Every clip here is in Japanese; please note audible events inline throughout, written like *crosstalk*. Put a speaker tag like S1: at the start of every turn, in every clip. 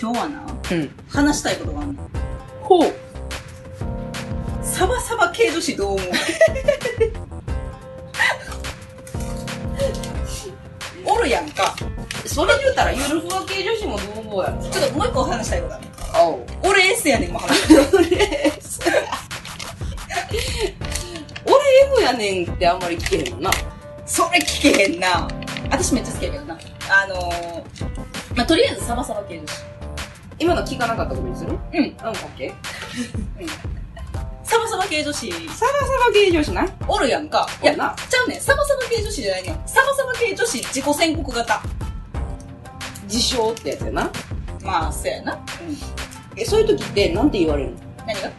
S1: 今日はな、
S2: うん。
S1: 話したいことがあるの。
S2: ほう。
S1: サバサバ系女子
S2: *laughs*
S1: どう思うおるやんか。
S2: それ言うたら、ゆるふわ系女子もどう思うやろ。
S1: ちょっともう一個話したいことある。
S2: あお。
S1: 俺 S やねん、もう話
S2: *laughs*
S1: したい。
S2: 俺 M やねんってあんまり聞けへんもんな。
S1: それ聞けへんな。私めっちゃ好きやけどな。あのー、まあ、とりあえずサバサバ系女子。
S2: 今の聞かなかったことにするうん。
S1: うん。
S2: オッケー。
S1: サバサバ系女子、
S2: サバサバ系女子な。い
S1: おるやんか。い
S2: や
S1: や、
S2: な。
S1: ちゃうねん。サバサバ系女子じゃないねん。サバサバ系女子自己宣告型。
S2: 自称ってやつやな。
S1: まあ、そうやな。
S2: え、そういう時って、なんて言われるの
S1: 何が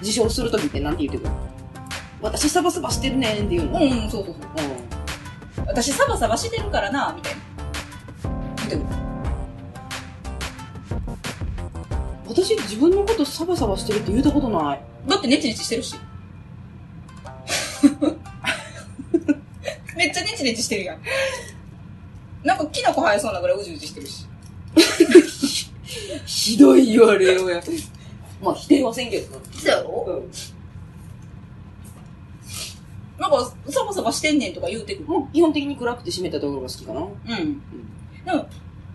S2: 自称する時ってなんて言ってくるの私サバサバしてるねんって言うの。
S1: う。ん、うん、そうそうそう。私サバサバしてるからな、みたいな。見てくる
S2: 私自分のことサバサバしてるって言うたことない。
S1: だってネチネチしてるし。 *laughs* めっちゃネチネチしてるやん。なんかキノコ生えそうなぐらいうじうじしてるし。
S2: ひどい言われようや。まあ否定はせんけどな。
S1: そうやろ
S2: うん。
S1: なんかサバサバしてんねんとか言うてくる。
S2: もう基本的に暗くて閉めたところが好きかな。
S1: うん。でも、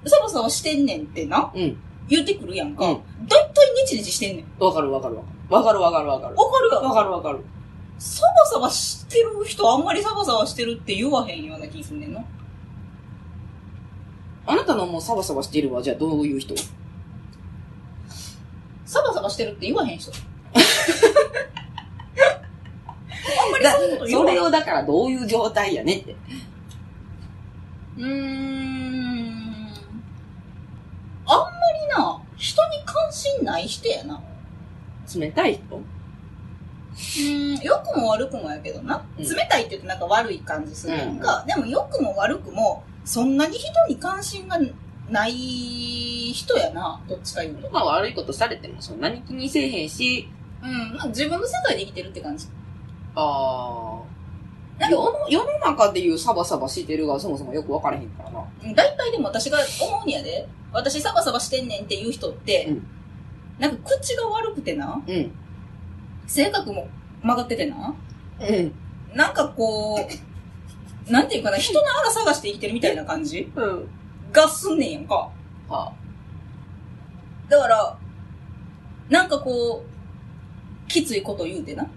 S1: サバサバしてんねんってな、
S2: うん。
S1: 言うてくるやんか。
S2: う
S1: だ
S2: ん
S1: いたいネチネチしてんねん。
S2: わかるわかるわかる。わかるわかるわかる。
S1: わかる
S2: わ
S1: わ。
S2: かるわかる。
S1: サバサバしてる人あんまりサバサバしてるって言わへんような気すんねんな。
S2: あなたのもうサバサバしているは、じゃあどういう人
S1: サバサバしてるって言わへん人。あんまりそういうこと言
S2: そ
S1: わへ
S2: れ
S1: ん。う
S2: をだからどういう状態やねって。
S1: ーん。あんまりな、人に関心ない人やな。
S2: 冷たい人
S1: うーん、良くも悪くもやけどな。
S2: うん
S1: 冷たいって言うとなんか悪い感じするやんか。でも良くも悪くも、そんなに人に関心がない人やな。どっちか言うと。
S2: まあ悪いことされてもそんなに気にせえへんし、
S1: うん、まあ自分の世界で生きてるって感じ。
S2: ああ。世の、世の中でいうサバサバしてるがそもそもよくわからへんからな。
S1: うん大体でも私が思うんやで、私サバサバしてんねんっていう人って、
S2: うん
S1: なんか口が悪くてな、
S2: うん。
S1: 性格も曲がっててな、
S2: うん。
S1: なんかこう、なんていうかな、人のあら探して生きてるみたいな感じ
S2: うん。
S1: がすんねんやんか。
S2: は
S1: だから、なんかこう、きついこと言うてな。
S2: あ、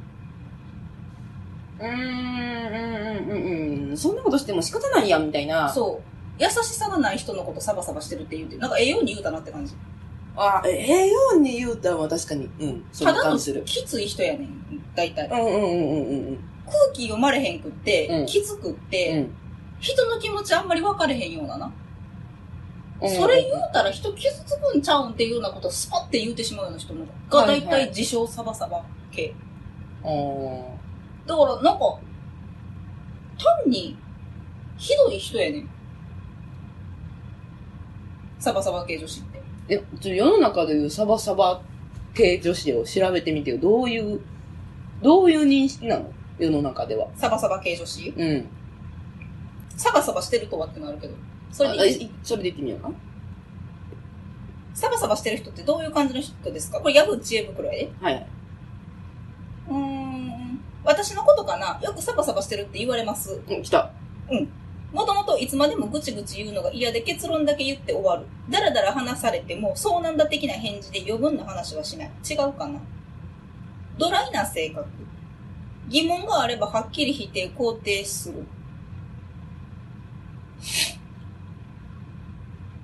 S2: うーん、うん、うん、うん。そんなことしても仕方ないやんみたいな。
S1: そう。優しさがない人のことサバサバしてるって言うて、なんかええように言うたなって感じ。
S2: あ、ええように言うたら確かに。うん。そん
S1: た
S2: な
S1: だのき
S2: 感じする。
S1: つい人やねん、大体。
S2: うんうんうんうんうんうん。
S1: 空気読まれへんくって、
S2: うん
S1: きつくって、
S2: うん
S1: 人の気持ちあんまり分かれへんようなな。
S2: うん。
S1: それ言うたら人傷つくんちゃうんっていうようなことスパって言うてしまうような人のが
S2: はいは
S1: 大
S2: い
S1: 体自称サバサバ系。
S2: うん。
S1: だからなんか、単にひどい人やねん。サバサバ系女子って。
S2: え、ちょ世の中でいうサバサバ系女子を調べてみてよ。どういう、どういう認識なの世の中では。
S1: サバサバ系女子
S2: うん。
S1: サバサバしてるとはってなるけど。そ
S2: そ
S1: れ
S2: れ
S1: で
S2: で
S1: いい、
S2: それで言ってみようか。
S1: サバサバしてる人ってどういう感じの人ですかこれヤフー知恵袋やで。
S2: はいはい。
S1: うーん。私のことかなよくサバサバしてるって言われます。
S2: うん、来た。
S1: もともといつまでもぐちぐち言うのが嫌で結論だけ言って終わる。だらだら話されてもそうなんだ的な返事で余分な話はしない。違うかな。ドライな性格。疑問があればはっきり否定、肯定する。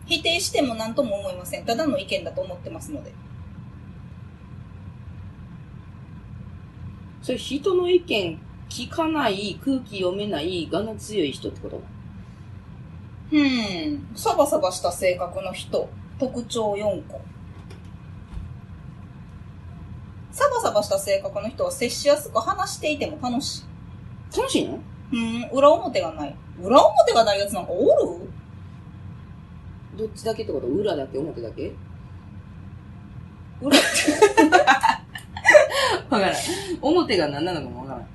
S1: 否定しても何とも思いません。ただの意見だと思ってますので。
S2: それ人の意見聞かない、空気読めない、がの強い人ってこと
S1: うん。サバサバした性格の人。特徴4個。サバサバした性格の人は接しやすく話していても楽し
S2: 楽しいの
S1: い。うん。裏表がない。裏表がないやつなんかおる
S2: どっちだけってこと裏だけ表だけ
S1: 裏、
S2: *laughs* わからない。表が何なのかもわからない。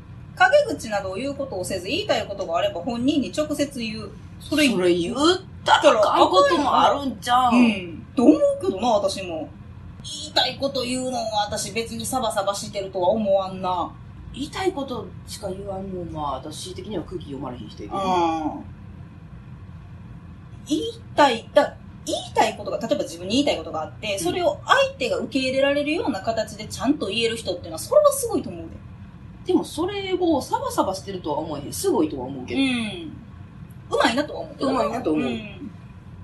S1: 陰口などを言うことをせず言いたいことがあれば本人に直接言う。それ
S2: それ言ったらあかんこともあるんじゃ。
S1: うんん。と思うけどな、私も。言いたいこと言うのは私別にサバサバしてるとは思わんな。
S2: 言いたいことしか言わんのまあ私的には空気読まれへん人いる
S1: うん。言いたい、だ、言いたいことが、例えば自分に言いたいことがあって、それを相手が受け入れられるような形でちゃんと言える人っていうのは、それはすごいと思うで。
S2: でもそれをサバサバしてるとは思えへんすごいとは思うけど、
S1: うん。うまいなとは思うけど。
S2: うまいなと思うん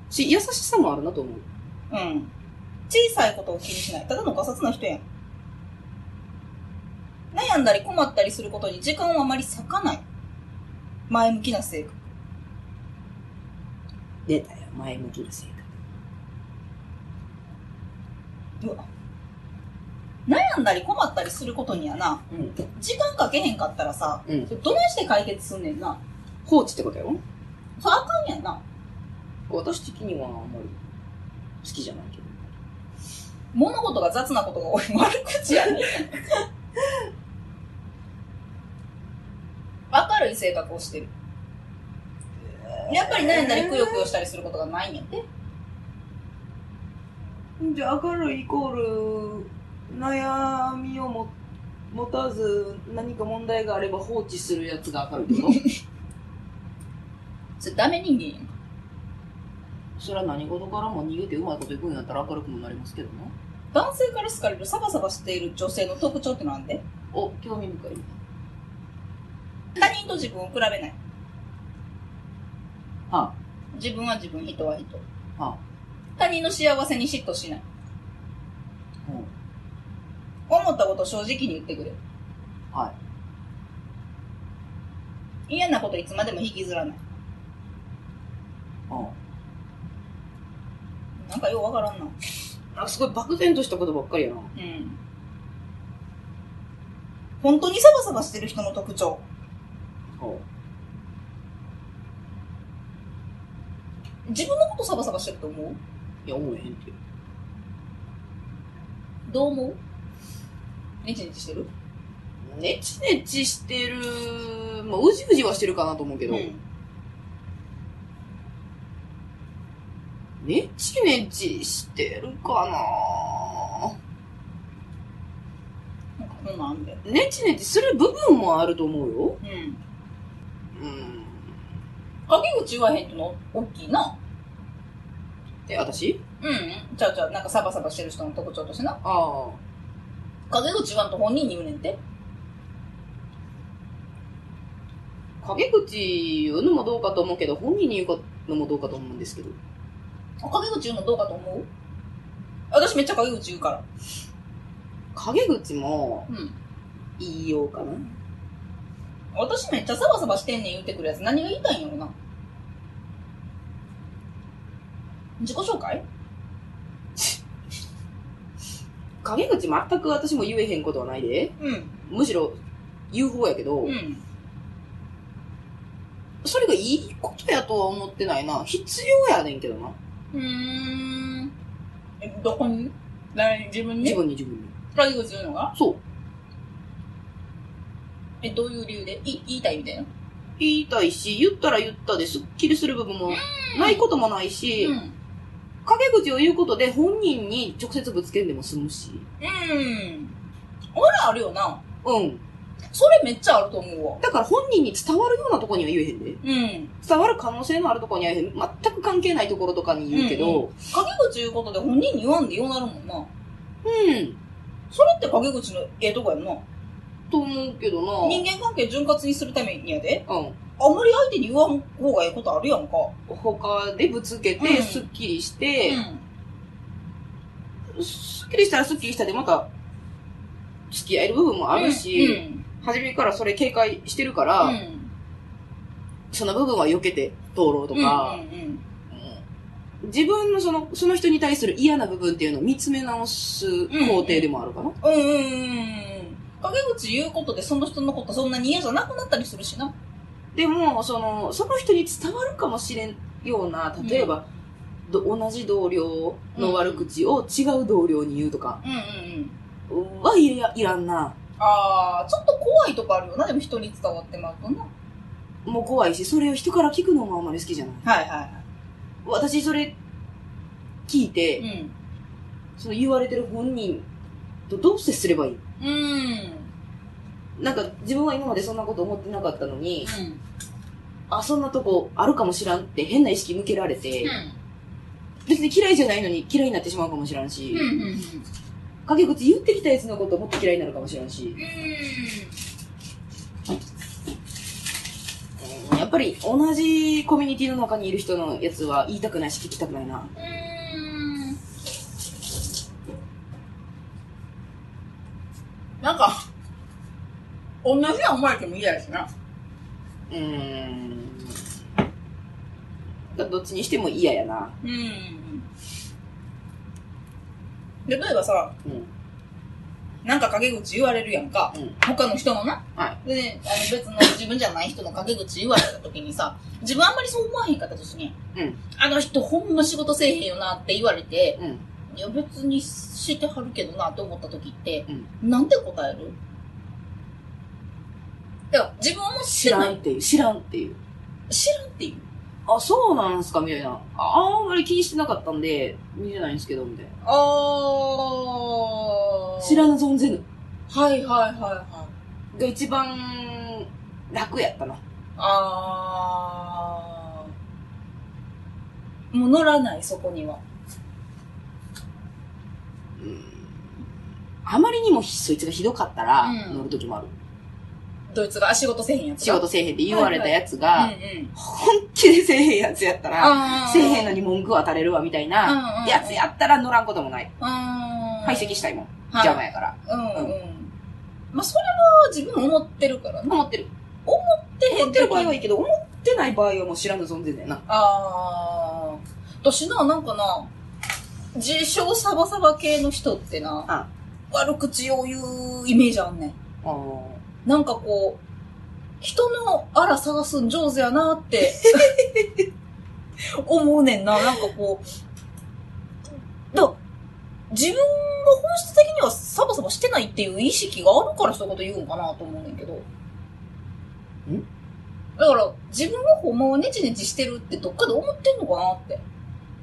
S2: し優しさもあるなと思う
S1: うん。小さいことを気にしない。ただのガサツな人やん。悩んだり困ったりすることに時間をあまり割かない。前向きな性格。
S2: 出たよ前向きな性格
S1: うわ悩んだり困ったりすることにやな、
S2: うん
S1: 時間かけへんかったらさ、
S2: うん
S1: それどないして解決すんねんな。
S2: 放置ってことやろ
S1: それあかんやんな。
S2: 私的にはあんまり好きじゃないけど
S1: 物事が雑なことが多い悪口やねん。明るい性格をしてる。やっぱり悩んだりくよくよしたりすることがないんやって。
S2: じゃあ明るいイコール悩みをも持たず何か問題があれば放置するやつが明るいってこと
S1: それダメ人間やん。
S2: *laughs* それは何事からも逃げてうまいこといくんやったら明るくもなりますけどな
S1: 男性から好かれるサバサバしている女性の特徴ってなんで
S2: お興味深い
S1: 他人と自分を比べない。
S2: は
S1: 自分は自分、人は人。
S2: あは
S1: 他人の幸せに嫉妬しない。
S2: あ、う
S1: 思ったことを正直に言ってくれる。
S2: ん、はい
S1: 嫌なこといつまでも引きずらない。
S2: うん
S1: なんかようわからんな。
S2: あすごい漠然としたことばっかりやな。
S1: うん。本当にサバサバしてる人の特徴。自分のことサバサバしてると思う
S2: いや、思えへんって。
S1: どう思うネチネチしてる
S2: ネチネチしてる、まあ、うじうじはしてるかなと思うけど、
S1: うん。
S2: ネチネチしてるか
S1: なんかそんなんあんで。
S2: なネチネチする部分もあると思うよ。
S1: うん。
S2: うん。
S1: 陰口言わへんっての大きいな。
S2: え、私
S1: うんうん。ちゃうちゃう。なんかサバサバしてる人の特徴としてな。
S2: ああ。
S1: 陰口言わんと本人に言うねんて。
S2: 陰口言うのもどうかと思うけど、本人に言うのもどうかと思うんですけど。
S1: 陰口言うのどうかと思う私めっちゃ陰口言うから。
S2: 陰口も
S1: うん。
S2: 言いようかな。
S1: 私めっちゃサバサバしてんねん言うてくるやつ何が言いたいんやろな。自己紹介
S2: 陰口全く私も言えへんことはないで。
S1: うん。
S2: むしろ言う方やけど、
S1: うん。
S2: それがいいことやとは思ってないな。必要やねんけどな。
S1: うーん。えどこに誰に自分
S2: 自
S1: に
S2: 分に自分に。
S1: 陰口言うのが
S2: そう。
S1: え、どういう理由でい言いたいみたいな。
S2: 言いたいし、言ったら言ったでスッキリする部分もないこともないし、
S1: うん。
S2: 陰口を言うことで本人に直接ぶつけんでも済むし。
S1: うん。俺あるよな。
S2: うん。
S1: それめっちゃあると思うわ。
S2: だから本人に伝わるようなとこには言えへんで。
S1: うん。
S2: 伝わる可能性のあるとこには言えへん。全く関係ないところとかに言うけど、
S1: 陰口言うことで本人に言わんでようなるもんな。
S2: うん、
S1: それって陰口のええとこやんな。
S2: と思うけどな。
S1: 人間関係潤滑にするためにやで。
S2: うん。
S1: あんまり相手に言わん方がええことあるやんか。
S2: 他でぶつけ
S1: う
S2: て、
S1: ん
S2: スッキリして、
S1: うん。
S2: スッキリしたらスッキリしたでまた、付き合える部分もあるし、
S1: うん。
S2: 初めからそれ警戒してるから、
S1: うん。
S2: その部分は避けて通ろうとか、
S1: うんうん
S2: うん自分のその、その人に対する嫌な部分っていうのを見つめ直す工程でもあるかな。
S1: うん。うんうんうん。陰口言うことでその人のことそんなに嫌じゃなくなったりするしな。
S2: でも、その、その人に伝わるかもしれんような、例えば、ど同じ同僚の悪口を違う同僚に言うとか、
S1: うんうんうん。
S2: はいらいらんな。
S1: あー、ちょっと怖いとこあるよな。でも人に伝わってまうとな。
S2: もう怖いし、それを人から聞くのもあんまり好きじゃない。
S1: はいはいはい。
S2: 私それ、聞いて、
S1: うん。
S2: その言われてる本人とどう接すればいい
S1: うん。
S2: なんか自分は今までそんなこと思ってなかったのに、
S1: うん。
S2: あ、そんなとこあるかもしらんって変な意識向けられて、別に嫌いじゃないのに嫌いになってしまうかもしらんし、
S1: うん。うん。
S2: 陰口言ってきたやつのこともっと嫌いになるかもしらんし、うんやっぱり同じコミュニティの中にいる人のやつは言いたくないし聞きたくないな。
S1: うん。
S3: なんか、同じや思われても嫌やしな。
S2: うーん。だどっちにしても嫌やな。
S1: うん。例えばさ、
S2: うん。
S1: なんか陰口言われるやんか。
S2: うん。
S1: 他の人のな。
S2: は
S1: でね、あの別の自分じゃない人の陰口言われた時にさ、自分あんまりそう思わへんかったとしね。
S2: うん
S1: あの人ほんま仕事せえへんよなって言われて、
S2: うん。
S1: いや別にしてはるけどなって思った時って、
S2: うん
S1: なんて答えるだから自分も知
S2: 知
S1: ら
S2: ら
S1: なんい。
S2: っていう、知らんっていう。
S1: 知らんっていう。
S2: あ、そうなんすかみたいな。ああんまり気にしてなかったんで、見てないんですけど、みたいな。
S1: あ
S2: 知らぬ存ぜぬ
S1: はいはいはいはい。
S2: が一番楽やったな。
S1: あー。もう乗らない、そこには。
S2: あまりにもひそいつがひどかったら、
S1: うん
S2: 乗る時もある。
S1: ドイツが仕事せえへんやつ
S2: 仕
S1: が。
S2: 事せえへんって言われたやつ
S1: うんう
S2: が、
S1: ん。
S2: 本気でせえへんやつやったら、
S1: あ
S2: せえへんの
S1: に。
S2: に文句は垂れるわ、みたいな
S1: うんうん
S2: やつやったら乗らんこともない。
S1: うん。
S2: 排斥したいもん。
S1: はい
S2: 邪魔やから。
S1: うんうん。まあ、それは自分思ってるからな。
S2: 思ってる。
S1: で
S2: 思ってる場合はいいけど、思ってない場合はもう知らぬ存ぜだよな。
S1: あー。私な、なんかな、自称サバサバ系の人ってな、
S2: あ
S1: 悪口を言うイメージあんねん。
S2: あー
S1: なんかこう、人のあら探すん上手やなって、思うねんな。なんかこう、だ自分が本質的にはサバサバしてないっていう意識があるからそういうこと言うんかなと思うねんけど。んだから、自分はほんまはネチネチしてるってどっかで思ってんのかなって。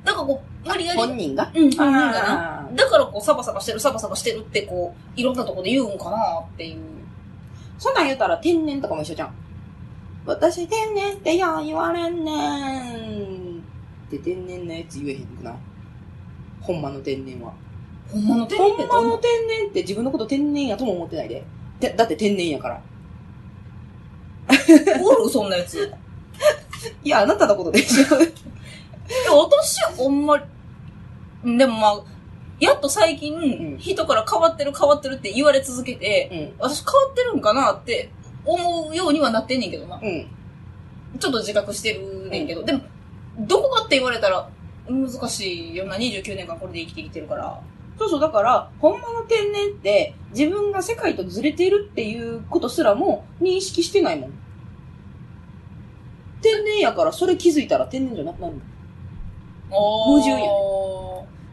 S1: なんかこう、無理やり、うん、
S2: 本人が
S1: 本人がな。
S2: あー
S1: だからこう、サバサバしてる、サバサバしてるってこう、いろんなとこで言うんかなっていう。
S2: そんなん言うたら天然とかも一緒じゃん。私天然ってよう言われんねん。って天然なやつ言えへんくな。ほんまの天然は。
S1: ほんまの
S2: ほん
S1: って
S2: まの天然って自分のこと天然やとも思ってないで。てだって天然やから。
S1: おるそんなや
S2: *laughs*
S1: つ。いや、
S2: いや、あなたのことでしょ。 *laughs*
S1: 私、ほんま、でもまあ、やっと最近、
S2: ん
S1: 人から変わってる変わってるって言われ続けて、
S2: うん。
S1: 私変わってるんかなって思うようにはなってんねんけどな。
S2: うん。
S1: ちょっと自覚してるねんけど、でも、どこかって言われたら、難しいよな。29年間これで生きてきてるから。
S2: そうそう、だから、ほんまの天然って、自分が世界とずれてるっていうことすらも認識してないもん。天然やから、それ気づいたら天然じゃなくなるの
S1: 矛
S2: 盾やね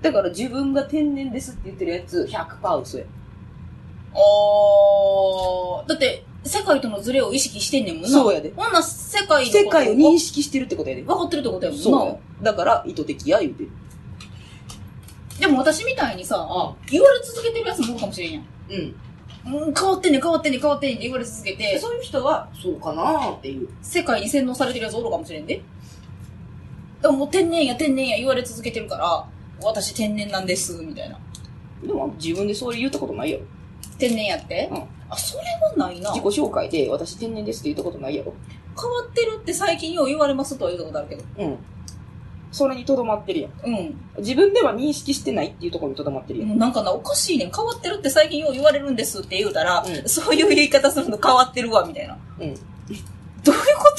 S2: だから自分が天然ですって言ってるやつ、100%嘘や。
S1: あーだって、世界とのズレを意識してんねんもんな。
S2: そうやで。
S1: ほんな世界のこと
S2: 世界を認識してるってことやで。
S1: 分かってるってことやもんな。
S2: そうや。だから、意図的や言うてる。
S1: でも私みたいにさ、
S2: あ
S1: 言われ続けてるやつもおるかもしれんやん。
S2: うん。
S1: うん、変わってんねん変わってんねん変わってんねんって言われ続け
S2: で
S1: て、
S2: そういう人は、そうかなーっていう。
S1: 世界に洗脳されてるやつおるかもしれんで。でももう天然や天然や言われ続けてるから、私天然なんです、みたいな。
S2: でも、自分でそう言ったことないやろ。
S1: 天然やって、
S2: うん
S1: あ、それはないな。
S2: 自
S1: 変
S2: 己
S1: わ
S2: 紹介で、私天然ですって言ったことないや
S1: っ
S2: ろ。
S1: てるって最近よう言われますとは言うたことあるけど。
S2: うん。それにとどまってるやん。
S1: うん。
S2: 自分では認識してないっていうところにとどまってるやん。
S1: もうなんかな、おかしいねん。変わってるって最近よう言われるんですって言うたら、
S2: うん
S1: そういう言い方するの変わってるわ、みたいな。
S2: う
S1: どう
S2: ん。
S1: いうこ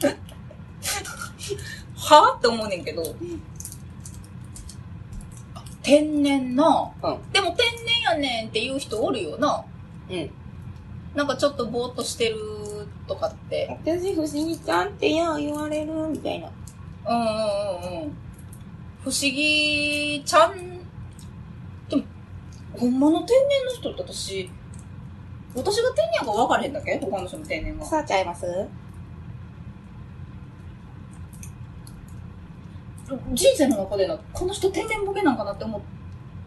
S1: と *laughs* はぁって思うねんけど。天然な。
S2: う
S1: でも天然やねんって言う人おるよな。
S2: ん。うん。
S1: なんかちょっとぼーっとしてるとかって。
S2: 私、不思議ちゃんってや言われるみたいな。
S1: うんうんうんうん。不思議ちゃん。でも、ほんまの天然の人って私、私が天然やから分からへんだっけ他の人の天然が。
S2: さちゃいます
S1: う人生の中でな、この人天然ボケなんかなって思っ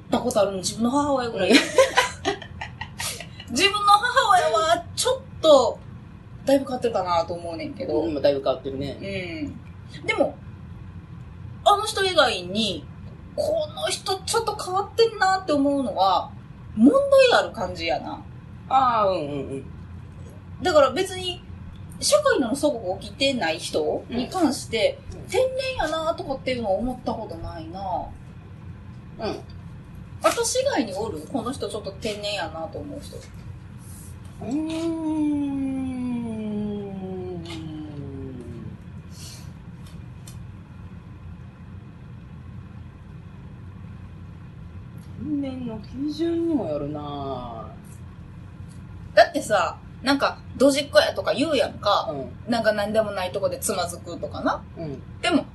S1: たことあるの自分の母親ぐらい。自分の母親は、ちょっと、だいぶ変わってたなと思うねんけど。
S2: うん、今だいぶ変わってるね。
S1: うん。でも、あの人以外に、この人ちょっと変わってんなって思うのは、問題ある感じやな。
S2: ああ、うんうんうん。
S1: だから別に、社会の祖国を着てない人に関して、
S2: うん
S1: 天然やなとかっていうのは思ったことないな
S2: うん。
S1: 私以外におるこの人ちょっと天然やなと思う人。
S2: うーん天然の基準にもよるな
S1: だってさ、なんか、ドジっ子やとか言うやん
S2: ぁ
S1: か。
S2: う
S1: なんか何でもないとこでつまずくとかな。
S2: ん。うん。
S1: でも、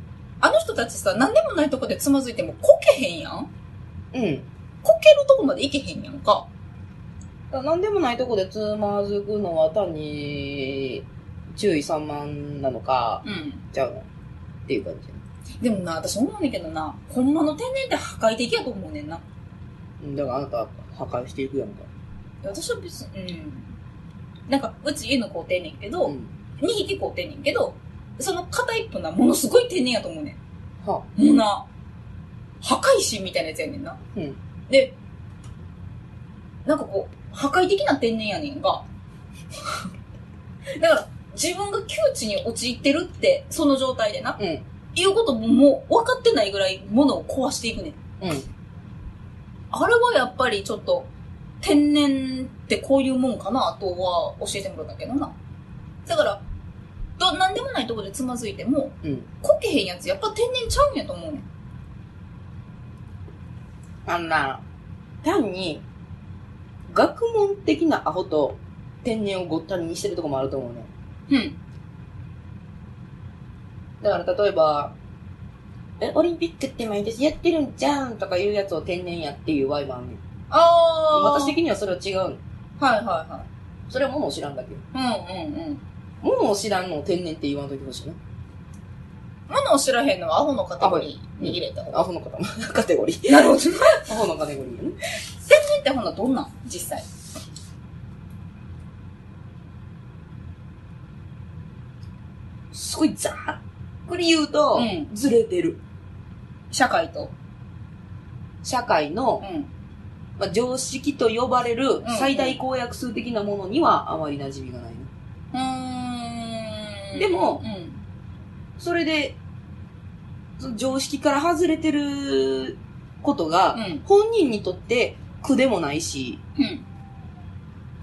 S1: あの人たちさ、何でもないとこでつまずいてもこけへんやん
S2: うん。
S1: こけるとこまでいけへんやんか。
S2: 何でもないとこでつまずくのは単に注意散漫なのか、
S1: うん。
S2: ちゃうのっていう感じ。
S1: でもな、私思うねんけどな、ほんまの天然って破壊的やと思うねんな。
S2: うんだからあなたは破壊していくやんか。
S1: 私は別に、うん。なんか、うち犬飼うてんねんけど、
S2: ん。
S1: 2匹飼うてんねんけど、その片一分な、ものすごい天然やと思うね
S2: は
S1: ん。もうな、破壊神みたいなやつやねんな。
S2: うん
S1: で、なんかこう、破壊的な天然やねんが。 *laughs* だから、自分が窮地に陥ってるって、その状態でな。
S2: うん。
S1: いうことももう分かってないぐらい物を壊していくねん。
S2: うん。
S1: あれはやっぱりちょっと、天然ってこういうもんかなとは教えてもらったけどな。だから、ど、なんでもないとこでつまずいても、
S2: うん。
S1: こけへんやつやっぱ天然ちゃうんやと思うねん。
S2: あんな、単に、学問的なアホと天然をごったりにしてるとこもあると思う
S1: う
S2: ね。
S1: ん。
S2: だから例えば、え、オリンピックって毎年やってるんじゃんとかいうやつを天然やっていう場合もあるねん。
S1: あー。
S2: 私的にはそれは違うの。
S1: はいは
S2: それは物を知らんだけ。
S1: いはい。うんうんうん。
S2: 物を知らんのを天然って言わんときほしいな。
S1: 物を知らへんのはアホのカテゴリーに入れた方が。
S2: アホの方 *laughs* カテゴリー。
S1: なるほど。天然
S2: アホのカテゴリーやね。
S1: ってほんならどんなん実際。
S2: すごいざーっくり言うと、
S1: うん
S2: ずれてる。
S1: 社会と。
S2: 社会の
S1: うん。
S2: まあ、常識と呼ばれる
S1: ん
S2: 最大公約数的なものにはあまり馴染みがないの。
S1: うーん。
S2: でも
S1: うん。
S2: それで、その常識から外れてることが、
S1: うん。
S2: 本人にとって苦でもないし、
S1: うん。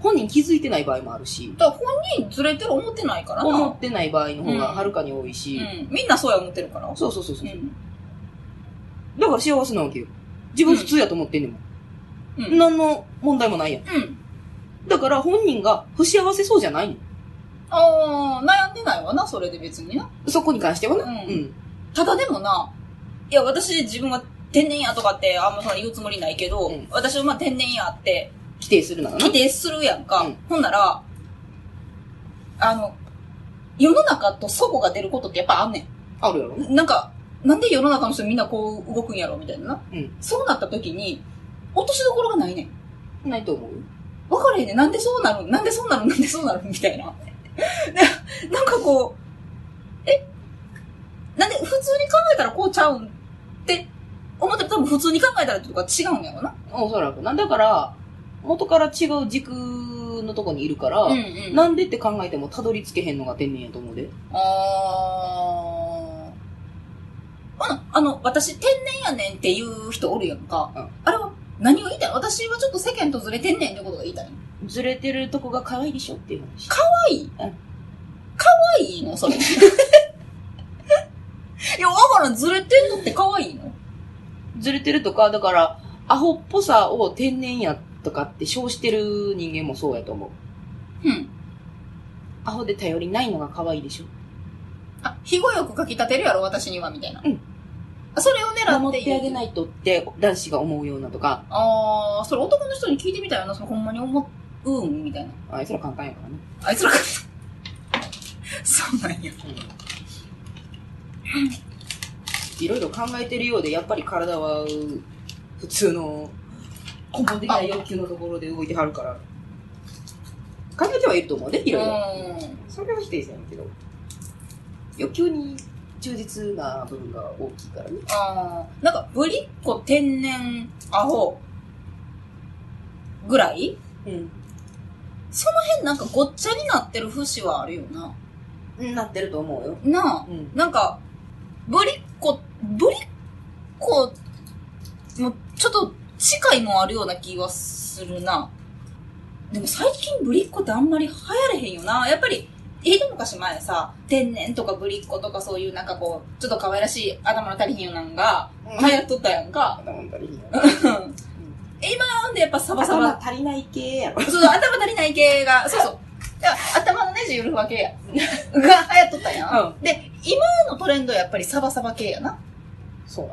S2: 本人気づいてない場合もあるし、
S1: だから本人ずれてる思ってないからな。
S2: 思ってない場合の方がはるかに多いし、
S1: うん、みんなそうや思ってるから。
S2: そうそうそうそうう、
S1: ん。
S2: だから幸せなわけよ。自分普通やと思ってんねんもん。
S1: うん。
S2: 何の問題もないやん。
S1: うん。
S2: だから本人が不幸せそうじゃないの。
S1: ああ、悩んでないわな、それで別にな。
S2: そこに関してはな。
S1: うん
S2: うん。
S1: ただでもな、いや、私自分が天然やとかってあんまそんな言うつもりないけど、
S2: うん
S1: 私はまあ天然やって
S2: 否定するならな
S1: 否。定するやんか。
S2: うん
S1: ほんなら、あの、世の中と祖母が出ることってやっぱあんね
S2: あるやろね。
S1: ん。なんか、なんで世の中の人みんなこう動くんやろみたいなな。
S2: うん
S1: そうなった時に、落としどころがないねん。
S2: ないと思う
S1: 分かれへんねんなんでそうなるなんでそうなるなんでそうなるみたいな。ななんかこう、えなんで普通に考えたらこうちゃうんって思ったら多分普通に考えたらとか違うんやろな。
S2: おそらくな。だから、元から違う軸のとこにいるから、
S1: ん
S2: なんでって考えてもたどり着けへんのが天然やと思うで。
S1: あーあの、あの、私天然やねんっていう人おるやんか。
S2: うん
S1: あれは何を言いたいの私はちょっと世間とずれてんねんってことが言いたいの。
S2: ずれてるとこが可愛いでしょっていう話。
S1: 可愛い
S2: うん
S1: 可愛いの
S2: *laughs*
S1: それ。いや、わからん、ずれてんのって可愛いの
S2: ずれてるとか、だから、アホっぽさを天然やとかって称してる人間もそうやと思う。
S1: うん。
S2: アホで頼りないのが可愛いでしょ。
S1: あ、肥後よくかき立てるやろ、私には、みたいな。
S2: うん
S1: あ。それを狙って。。
S2: 守ってあげないいとって男子が思うようなとか、
S1: あー、それ男の人に聞いてみたいよな、そのほんまに思う、うん、みたいな。
S2: あいつら簡単やからね。
S1: あいつらか。 *laughs* そうなんや。
S2: いろいろ考えてるようで、やっぱり体は、普通の、根本的な欲求のところで動いてはるから。考えてはいると思うね、いろいろ。
S1: う
S2: それは否定せんけど。欲求に忠実な部分が大きいからね。
S1: あーなんか、ぶりっ子天然アホぐらい
S2: うん。
S1: 変なんかごっちゃになってる節はあるよな。
S2: なってると思うよ。
S1: な
S2: うん
S1: あ、。なんか、ぶりっ子、ぶりっ子、もうちょっと近いもんあるような気はするな。でも最近ぶりっ子ってあんまり流行れへんよな。やっぱり、一昔前さ、天然とかぶりっ子とかそういうなんかこう、ちょっと可愛らしい頭の足りひんようなんが、流行っとったやんか。
S2: 頭足りひんよ。
S1: なんでやっぱサバサバ
S2: 頭足りない系やろ。
S1: そう、頭足りない系が、そうそう。いや頭のネジゆるふわ系や。 *laughs* が流行っとったんや、。
S2: うん
S1: で、今のトレンドはやっぱりサバサバ系やな。
S2: そう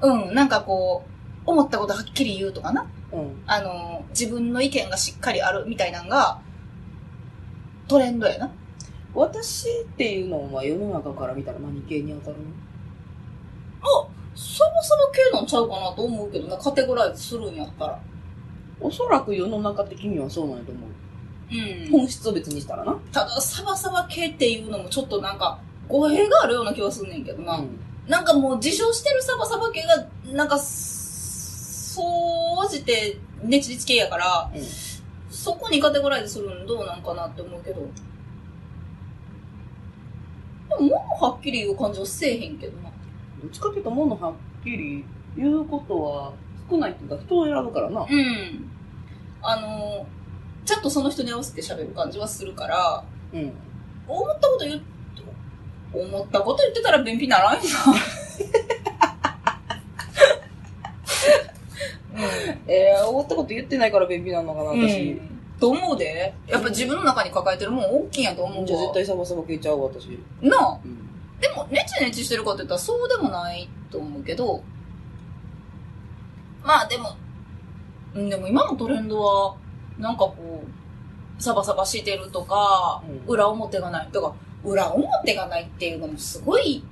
S2: なの
S1: うん、なんかこう、思ったことはっきり言うとかな。
S2: うん。
S1: あの、自分の意見がしっかりあるみたいなんが、トレンドやな。
S2: 私っていうのは世の中から見たら何系に当たるの
S1: サバサバ系なんちゃうかなと思うけどな、カテゴライズするんやったら。
S2: おそらく世の中的にはそうなんやと思う。
S1: うん。
S2: 本質を別にしたらな。
S1: ただ、サバサバ系っていうのもちょっとなんか、語弊があるような気はすんねんけどな。
S2: うん。
S1: なんかもう自称してるサバサバ系が、なんか、そうじて、ネチリチ系やから、
S2: うん
S1: そこにカテゴライズするのどうなんかなって思うけど。でも、もうはっきり言う感じはせえへんけどな。
S2: どっちかっていうと、ものはっきり言うことは少ないっていうか、人を選ぶからな。
S1: うん。あの、ちゃんとその人に合わせて喋る感じはするから、
S2: うん。
S1: 思ったこと言って、思ったこと言ってたら便秘ならんよな。うん
S2: えー、終わったこと言ってないから便秘なのかな、私。
S1: と思うで。やっぱ自分の中に抱えてるもん大きいんやと思うわ。
S2: じゃあ絶対サバサバ消えちゃうわ、私。
S1: なあ。
S2: うん。
S1: でも、ネチネチしてるかって言ったらそうでもないと思うけど。まあでも、うんでも今のトレンドは、なんかこう、サバサバしてるとか、
S2: うん
S1: 裏表がない。とか、裏表がないっていうのもすごい、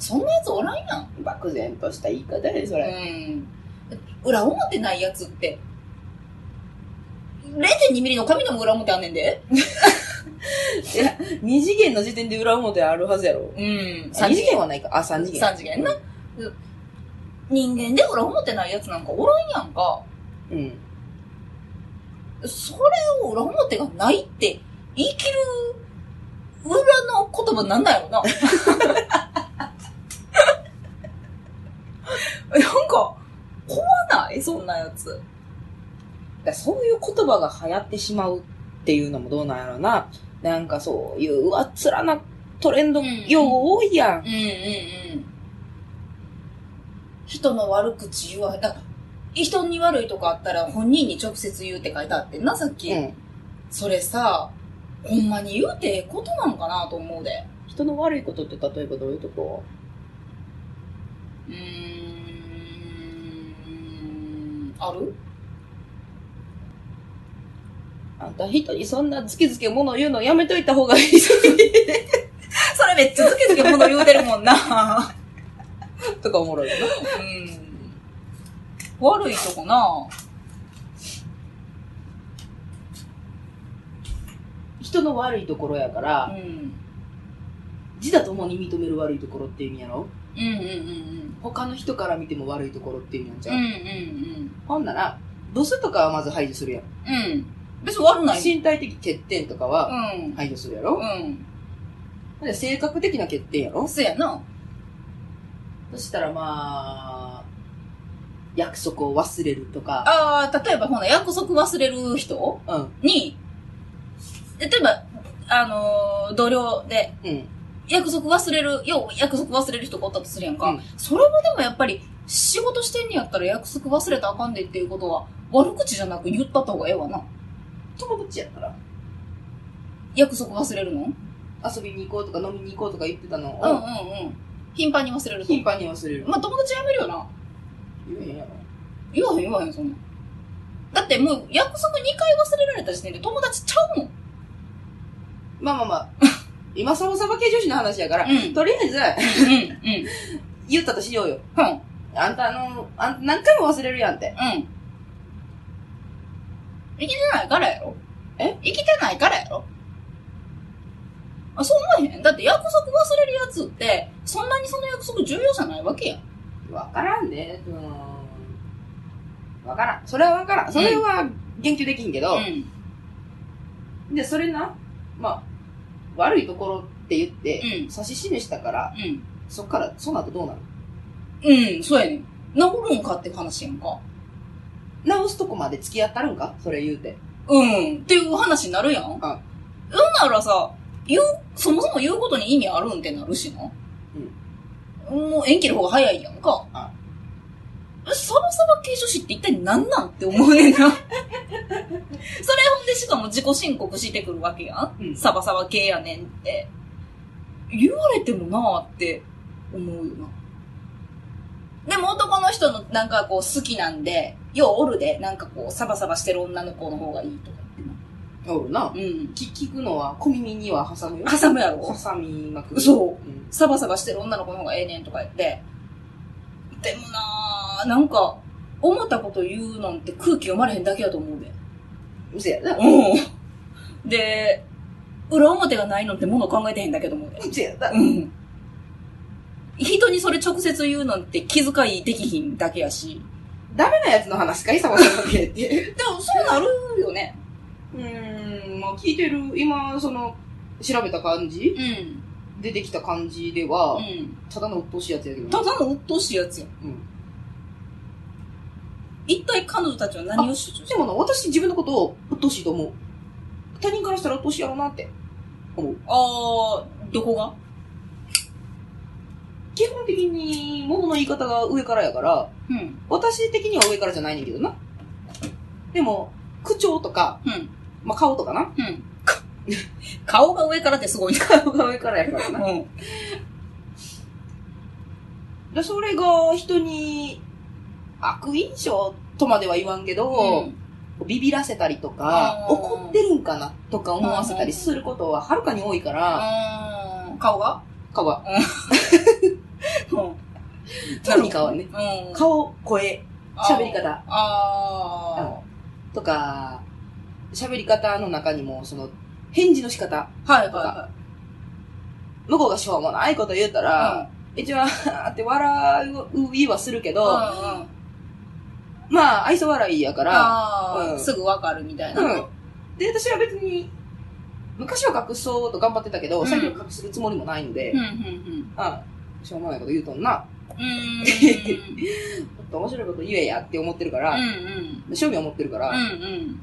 S1: そんなやつおらんやん。
S2: 漠然とした言い方で、それ。
S1: うん。裏表ないやつって、0.2ミリの紙でも裏表あんねんで。
S2: 二次元の時点で裏表あるはずやろ。
S1: うん。
S2: 三次元はないか。あ、三次元。
S1: 三次元な。人間で裏表ないやつなんかおらんやんか。
S2: うん。
S1: それを裏表がないって言い切る裏の言葉なんだよな。 *laughs* なんか、怖ないそんなやつ。
S2: だからそういう言葉が流行ってしまうっていうのもどうなんやろうな。なんかそういう、うわ、面なトレンド用語多いやん。
S1: うんうんうん。人の悪口言わへん。だから人に悪いとかあったら本人に直接言うって書いてあってんな、さっき。
S2: うん。
S1: それさ、ほんまに言うてええことなんかなと思うで。
S2: 人の悪いことって例えばどういうとこ
S1: うーん、ある
S2: あんた人にそんなズキズキ物を言うのやめといた方がいいぞ
S1: それめっちゃズケズケ物言うてるもんな。
S2: とかおもろいよな。
S1: うん。悪いとこな。
S2: *laughs* 人の悪いところやから、
S1: うん。
S2: 自他ともに認める悪いところっていう意味やろ
S1: うんうんうん
S2: 他の人から見ても悪いところっていう意味なんじ
S1: うん。う
S2: ゃ
S1: ん
S2: う、、
S1: うんん
S2: ほんなら、ブスとかはまず排除するやん。
S1: うん。うん。別に悪ない。
S2: 身体的欠点とか
S1: う
S2: は
S1: ん。
S2: 排除するやろ、
S1: うん。
S2: で性格的な欠点やろ
S1: そうやな。
S2: そしたらまあ、約束を忘れるとか、
S1: ああ、例えばほな、約束忘れる人
S2: うん、
S1: に、例えば、あのー同僚で、
S2: うん、
S1: 約束忘れる、よう約束忘れる人がおったとするやんか。
S2: うん
S1: それはでもやっぱり、仕事してんねやったら約束忘れたらあかんでっていうことは、悪口じゃなく言ったった方がええわな。
S2: 友達やったら、
S1: 約束忘れるのうん
S2: 遊びに行こうとか飲みに行こうとか言ってたの
S1: うんう
S2: を、
S1: ん。頻繁に忘れると。
S2: 頻繁に忘れる。
S1: まあ友達やめるよな。
S2: 言えへんやろ。
S1: 言わへん言わへん、そんなん。だってもう約束2回忘れられた時点で友達ちゃうもん。
S2: まあまあまあ、 *laughs* 今サバサバ系女子の話やから、
S1: うん。
S2: とりあえず、
S1: うん。うん。
S2: 言ったとしようよ。
S1: うん。
S2: あんたあの、あん何回も忘れるやんって。
S1: うん。生きてないからやろ
S2: え
S1: 生きてないからやろあ、そう思えへん。だって約束忘れるやつって、そんなにその約束重要じゃないわけやん。
S2: わからんで、うーん。わからん。それはわからん。それは言及できひんけど、
S1: ん。
S2: で、それな、まあ、悪いところって言って、
S1: うん
S2: 指し示したから、そっから、その後どうなる
S1: うん。うん、そうやねん。治るんかって話やんか。
S2: 直すとこまで付き合ったるんかそれ言うて。
S1: うん。っていう話になるやん。うん。ならさ、言う、そもそも言うことに意味あるんってなるしな。うん。もう縁切る方が早いやんか。
S2: あ
S1: サバサバ系女子って一体何なんって思うねん *laughs* な。それほんでしかも自己申告してくるわけやん。
S2: うん
S1: サバサバ系やねんって。言われてもなーって思うよな。でも男の人のなんかこう好きなんで、ようおるで、なんかこうサバサバしてる女の子の方がいいとかってな。
S2: おるな。
S1: うん。
S2: 聞聞くのは、小耳には挟むよ。
S1: 挟むやろ
S2: 挟みまくる。。
S1: そう
S2: ん。
S1: サバサバしてる女の子の方がええねんとか言って。でもなーなんか、思ったこと言うのんって空気読まれへんだけやと思うで。
S2: うせやな。
S1: うん。で、裏表がないのってもの考えてへんだけどもね。
S2: うせやな。
S1: うん。人にそれ直接言うのって気遣いできひんだけやし。
S2: ダメなやつの話かいサバサバ系って。
S1: でもそうなるよね。
S2: うーん、まあ聞いてる、今、その、調べた感じ
S1: うん。
S2: 出てきた感じでは、
S1: うん。
S2: ただの鬱陶しいやつやけど
S1: た
S2: な。
S1: だの鬱陶しいやつやん。
S2: うん。
S1: 一体彼女たちは何を主張して
S2: でもな、私自分のことを鬱陶しいと思う。他人からしたら鬱陶しいやろなって。
S1: あー、どこが
S2: 基本的に、物の言い方が上からやから、
S1: うん。
S2: 私的には上からじゃないねんけどな。でも、口調とか、
S1: うん。
S2: まあ、顔とかな。
S1: うん。顔が上からってすごいな。
S2: 顔が上からやから *laughs* な。
S1: うん。
S2: でそれが人に、悪印象とまでは言わんけど、ビビらせたりとか、
S1: うん
S2: 怒ってるんかなとか思わせたりすることははるかに多いから、
S1: あー顔が
S2: 顔は、
S1: うん。
S2: 特に顔はね、
S1: うん。
S2: 顔、声、喋り方、
S1: あ
S2: とか、喋り方の中にも、その、返事の仕方。
S1: あ。はいはいは
S2: 向こうがしょうもないこと言ったら、一応、あって笑う言いはするけ
S1: い。
S2: ど、
S1: うんうん。
S2: まあ、愛想笑いやから、
S1: あ
S2: う
S1: あ、
S2: ん
S1: すぐわかるみたいな。
S2: うん。で、私は別に、昔は隠そうと頑張ってたけど、
S1: うん
S2: 最近は隠するつもりもないので、
S1: うんうん
S2: あしょうもないこと言うとんな、
S1: うん。うーん。
S2: もっと面白いこと言えやって思ってるか
S1: うん
S2: ら、
S1: うん。
S2: 正味思ってるから、
S1: うんうん。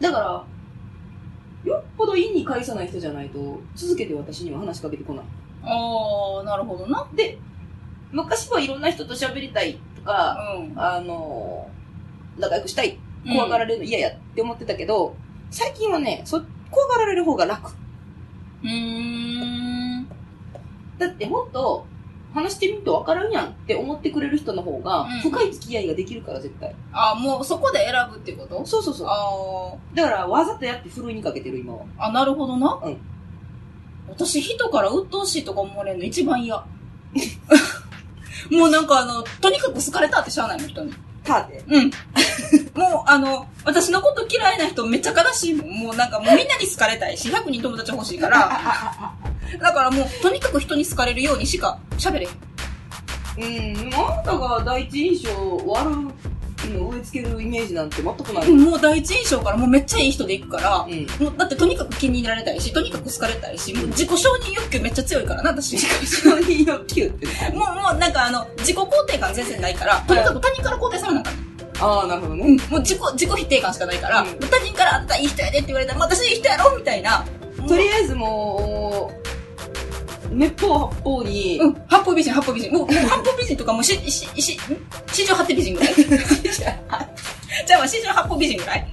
S2: だから、よっぽど意に介さない人じゃないと、続けて私には話しかけてこない。
S1: ああ、なるほどな。
S2: で、昔はいろんな人と喋りたいとか、
S1: うん。
S2: あの、仲良くしたい、怖がられるの嫌やって思ってたけど、最近はね、そ、怖がられる方が楽。
S1: うん。うーん。
S2: だってもっと、話してみると分からんやんって思ってくれる人の方が
S1: うん、
S2: 深い付き合いができるから絶対。
S1: ああ、もうそこで選ぶってこと
S2: そうそうそう。
S1: あ
S2: だからわざとやってふるいにかけてる今は。
S1: あ、あ、なるほどな。
S2: うん
S1: 私、人から鬱陶しいとか思われるの一番嫌。 *laughs* もうなんかあの、とにかく好かれたってしゃあないの、人に。
S2: たーて。
S1: うん。 *laughs* もうあの、私のこと嫌いな人めっちゃ悲しいもん。もうなんかもうみんなに好かれたいし、100人友達欲しい
S2: *laughs*
S1: から。だからもう、とにかく人に好かれるようにしか喋れへん。
S2: うん、あんたが第一印象悪いの植え付けるイメージなんて全くない。
S1: もう第一印象からもうめっちゃいい人で行くから。
S2: うん。 *laughs*
S1: もうだってとにかく気に入られたいし、とにかく好かれたいし、もう自己承認欲求めっちゃ強いからな、私。
S2: 承認欲求って。
S1: もう、もう、なんかあの、自己肯定感全然ないから、とにかく他人から肯定されなあかった。
S2: ああ、なるほどね。
S1: もう自己、自己否定感しかないから、
S2: うん
S1: 他人からあんたいい人やでって言われたら、まあ私いい人やろみたいな。
S2: とりあえずもう、めっぽう八方に、
S1: うん、八方美人、八方美人。もう、もう八方美人とかもうし、し、し、ん四十八手美人ぐら
S2: *laughs*
S1: い。じゃあまあ四十八方美人ぐらい。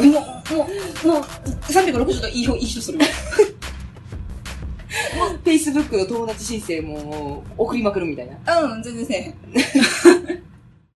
S2: うん
S1: もう、もう、もう、360度いい人、いい人する。
S2: Facebook の友達申請も送りまくるみたいな。
S1: うん、全然せえへん。